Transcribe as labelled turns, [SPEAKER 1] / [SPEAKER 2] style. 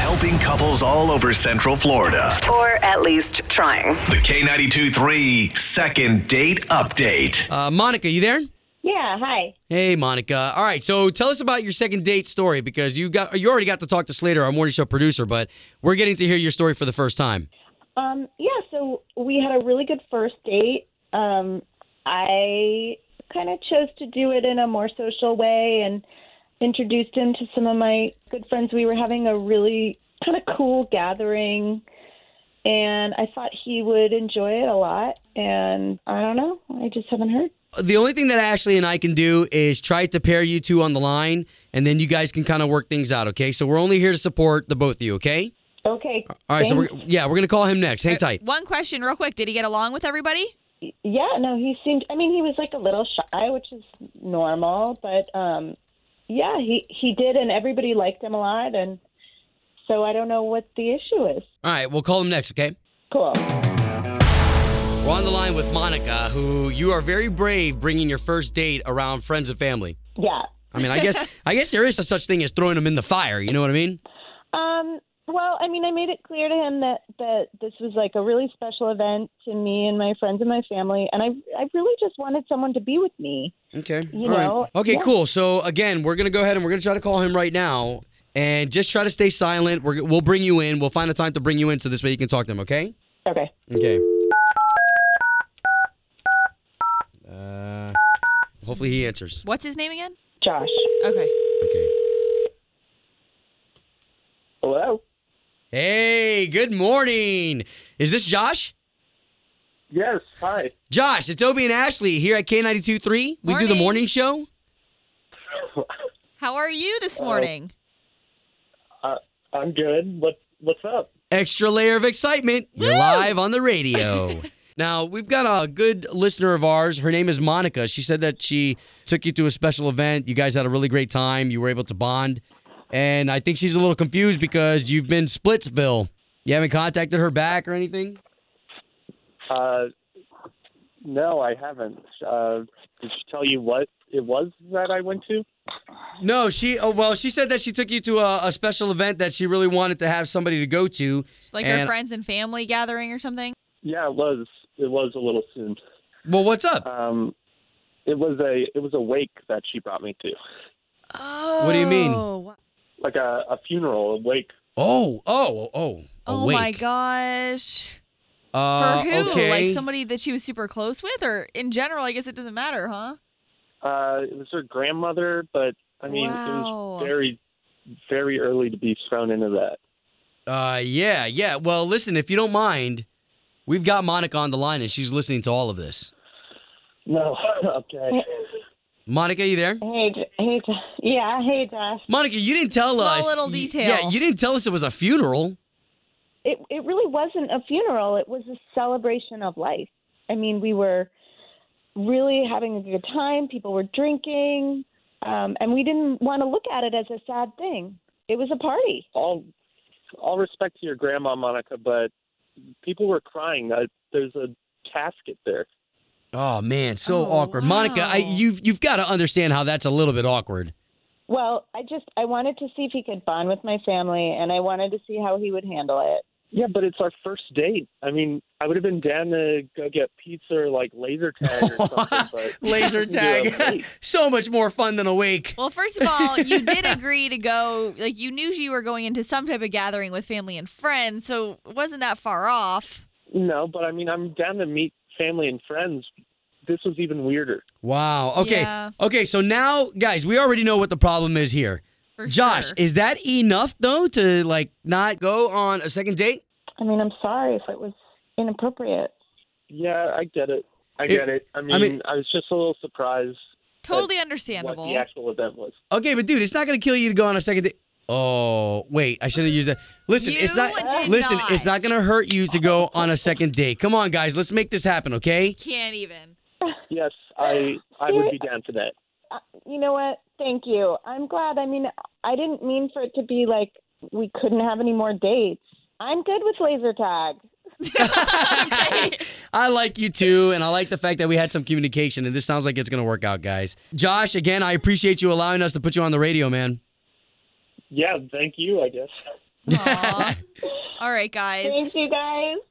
[SPEAKER 1] helping couples all over Central Florida.
[SPEAKER 2] Or at least trying.
[SPEAKER 1] The K92 3 Second Date Update.
[SPEAKER 3] Uh, Monica, you there?
[SPEAKER 4] Yeah, hi.
[SPEAKER 3] Hey, Monica. All right, so tell us about your second date story because you got you already got to talk to Slater, our morning show producer, but we're getting to hear your story for the first time.
[SPEAKER 4] Um, yeah, so we had a really good first date. Um, I kind of chose to do it in a more social way and introduced him to some of my good friends. We were having a really kind of cool gathering, and I thought he would enjoy it a lot. And I don't know, I just haven't heard.
[SPEAKER 3] The only thing that Ashley and I can do is try to pair you two on the line, and then you guys can kind of work things out. Okay, so we're only here to support the both of you. Okay.
[SPEAKER 4] Okay.
[SPEAKER 3] All right, so we're,
[SPEAKER 4] thanks.
[SPEAKER 3] yeah, we're gonna call him next. Hang tight.
[SPEAKER 5] One question, real quick. Did he get along with everybody?
[SPEAKER 4] yeah, no, he seemed. I mean, he was like a little shy, which is normal, but um, yeah, he he did, and everybody liked him a lot, and so I don't know what the issue is.
[SPEAKER 3] All right, we'll call him next. Okay.
[SPEAKER 4] Cool.
[SPEAKER 3] We're on the line with Monica, who you are very brave bringing your first date around friends and family.
[SPEAKER 4] Yeah.
[SPEAKER 3] I mean, I guess I guess there is a such thing as throwing them in the fire. You know what I mean?
[SPEAKER 4] Um, well, I mean, I made it clear to him that, that this was like a really special event to me and my friends and my family, and I I really just wanted someone to be with me.
[SPEAKER 3] Okay.
[SPEAKER 4] You
[SPEAKER 3] All right.
[SPEAKER 4] know,
[SPEAKER 3] Okay,
[SPEAKER 4] yeah.
[SPEAKER 3] cool. So again, we're gonna go ahead and we're gonna try to call him right now, and just try to stay silent. We're, we'll bring you in. We'll find a time to bring you in, so this way you can talk to him. Okay.
[SPEAKER 4] Okay.
[SPEAKER 3] Okay. Uh, hopefully he answers.
[SPEAKER 5] What's his name again?
[SPEAKER 4] Josh.
[SPEAKER 5] Okay.
[SPEAKER 3] Okay.
[SPEAKER 6] Hello?
[SPEAKER 3] Hey, good morning. Is this Josh?
[SPEAKER 6] Yes, hi.
[SPEAKER 3] Josh, it's Obie and Ashley here at K92.3. We do the
[SPEAKER 5] Morning.
[SPEAKER 3] morning show.
[SPEAKER 5] How are you this
[SPEAKER 3] Oh,
[SPEAKER 5] morning?
[SPEAKER 6] Uh, I'm good. What what's up?
[SPEAKER 3] Extra layer of excitement. You're
[SPEAKER 5] Woo!
[SPEAKER 3] live on the radio. now, we've got a good listener of ours. Her name is Monica. She said that she took you to a special event. You guys had a really great time. You were able to bond. And I think she's a little confused because you've been Splitsville. You haven't contacted her back or anything?
[SPEAKER 6] Uh no, I haven't. Uh did she tell you what it was that I went to?
[SPEAKER 3] No, she. Oh, well, she said that she took you to a, a special event that she really wanted to have somebody to go to.
[SPEAKER 5] Like
[SPEAKER 3] and-
[SPEAKER 5] our friends and family gathering or something?
[SPEAKER 6] Yeah, it was. It was a little soon.
[SPEAKER 3] Well, what's up?
[SPEAKER 6] Um it was a it was a wake that she brought me to.
[SPEAKER 5] Oh.
[SPEAKER 3] do you mean?
[SPEAKER 6] Like a, a funeral, a wake.
[SPEAKER 3] Oh, oh, oh,
[SPEAKER 5] Oh my gosh.
[SPEAKER 3] Uh,
[SPEAKER 5] For who?
[SPEAKER 3] Okay.
[SPEAKER 5] Like somebody that she was super close with, or in general? I guess it doesn't matter, huh?
[SPEAKER 6] Uh it was her grandmother, but I mean it
[SPEAKER 5] Wow.
[SPEAKER 6] was very very early to be thrown into that.
[SPEAKER 3] Uh, yeah, yeah. Well, listen, if you don't mind, we've got Monica on the line and she's listening to all of this.
[SPEAKER 6] No. okay.
[SPEAKER 3] Monica, you there?
[SPEAKER 4] Hey, J- hey, J- yeah, hey, Josh.
[SPEAKER 3] Monica, you didn't tell
[SPEAKER 5] Small
[SPEAKER 3] us.
[SPEAKER 5] little
[SPEAKER 3] y-
[SPEAKER 5] detail.
[SPEAKER 3] Yeah, you didn't tell us it was a funeral.
[SPEAKER 4] it it really wasn't a funeral. It was a celebration of life. I mean, we were really having a good time. People were drinking, um, and we didn't want to look at it as a sad thing. It was a party.
[SPEAKER 6] all all respect to your grandma Monica, but people were crying. Uh, there's a casket there.
[SPEAKER 3] Oh man, so
[SPEAKER 5] Oh,
[SPEAKER 3] awkward. Monica, I,
[SPEAKER 5] wow.
[SPEAKER 3] you've you've got to understand how that's a little bit awkward.
[SPEAKER 4] Well, I just I wanted to see if he could bond with my family, and I wanted to see how he would handle it.
[SPEAKER 6] Yeah, but it's our first date. I mean, I would have been down to go get pizza or like laser tag or something, but
[SPEAKER 3] Laser
[SPEAKER 6] Yeah,
[SPEAKER 3] tag,
[SPEAKER 6] wait.
[SPEAKER 3] so much more fun than a wake.
[SPEAKER 5] Well, first of all, you did agree to go. Like you knew you were going into some type of gathering with family and friends, so it wasn't that far off.
[SPEAKER 6] no, but I mean, I'm down to meet family and friends. This was even weirder.
[SPEAKER 3] Wow. Okay.
[SPEAKER 5] Yeah.
[SPEAKER 3] Okay. So now, guys, we already know what the problem is here.
[SPEAKER 5] For
[SPEAKER 3] Josh,
[SPEAKER 5] sure.
[SPEAKER 3] is that enough though to like not go on a second date?
[SPEAKER 4] I mean, I'm sorry if it was inappropriate.
[SPEAKER 6] Yeah, I get it. I get it. I mean, I,
[SPEAKER 3] mean-
[SPEAKER 6] was just a little surprised
[SPEAKER 5] totally
[SPEAKER 6] what
[SPEAKER 5] understandable.
[SPEAKER 6] the actual event was.
[SPEAKER 3] Okay, but dude, it's not gonna kill you to go on a second date. Oh, wait, I shouldn't have used that. Listen, it's
[SPEAKER 5] You
[SPEAKER 3] not.
[SPEAKER 5] did
[SPEAKER 3] Listen,
[SPEAKER 5] not.
[SPEAKER 3] it's not gonna hurt you to go on a second date. Come on, guys, let's make this happen. Okay.
[SPEAKER 5] Can't even.
[SPEAKER 6] Yes, I I would be down for that.
[SPEAKER 4] Uh, you know what? Thank you. I'm glad. I mean, I didn't mean for it to be like we couldn't have any more dates. I'm good with laser tag.
[SPEAKER 3] I like you too, and I like the fact that we had some communication, and this sounds like it's gonna work out, guys. Josh, again, I appreciate you allowing us to put you on the radio, man.
[SPEAKER 6] Yeah, thank you. I guess.
[SPEAKER 7] Aw. All right, guys.
[SPEAKER 5] Thanks, you guys.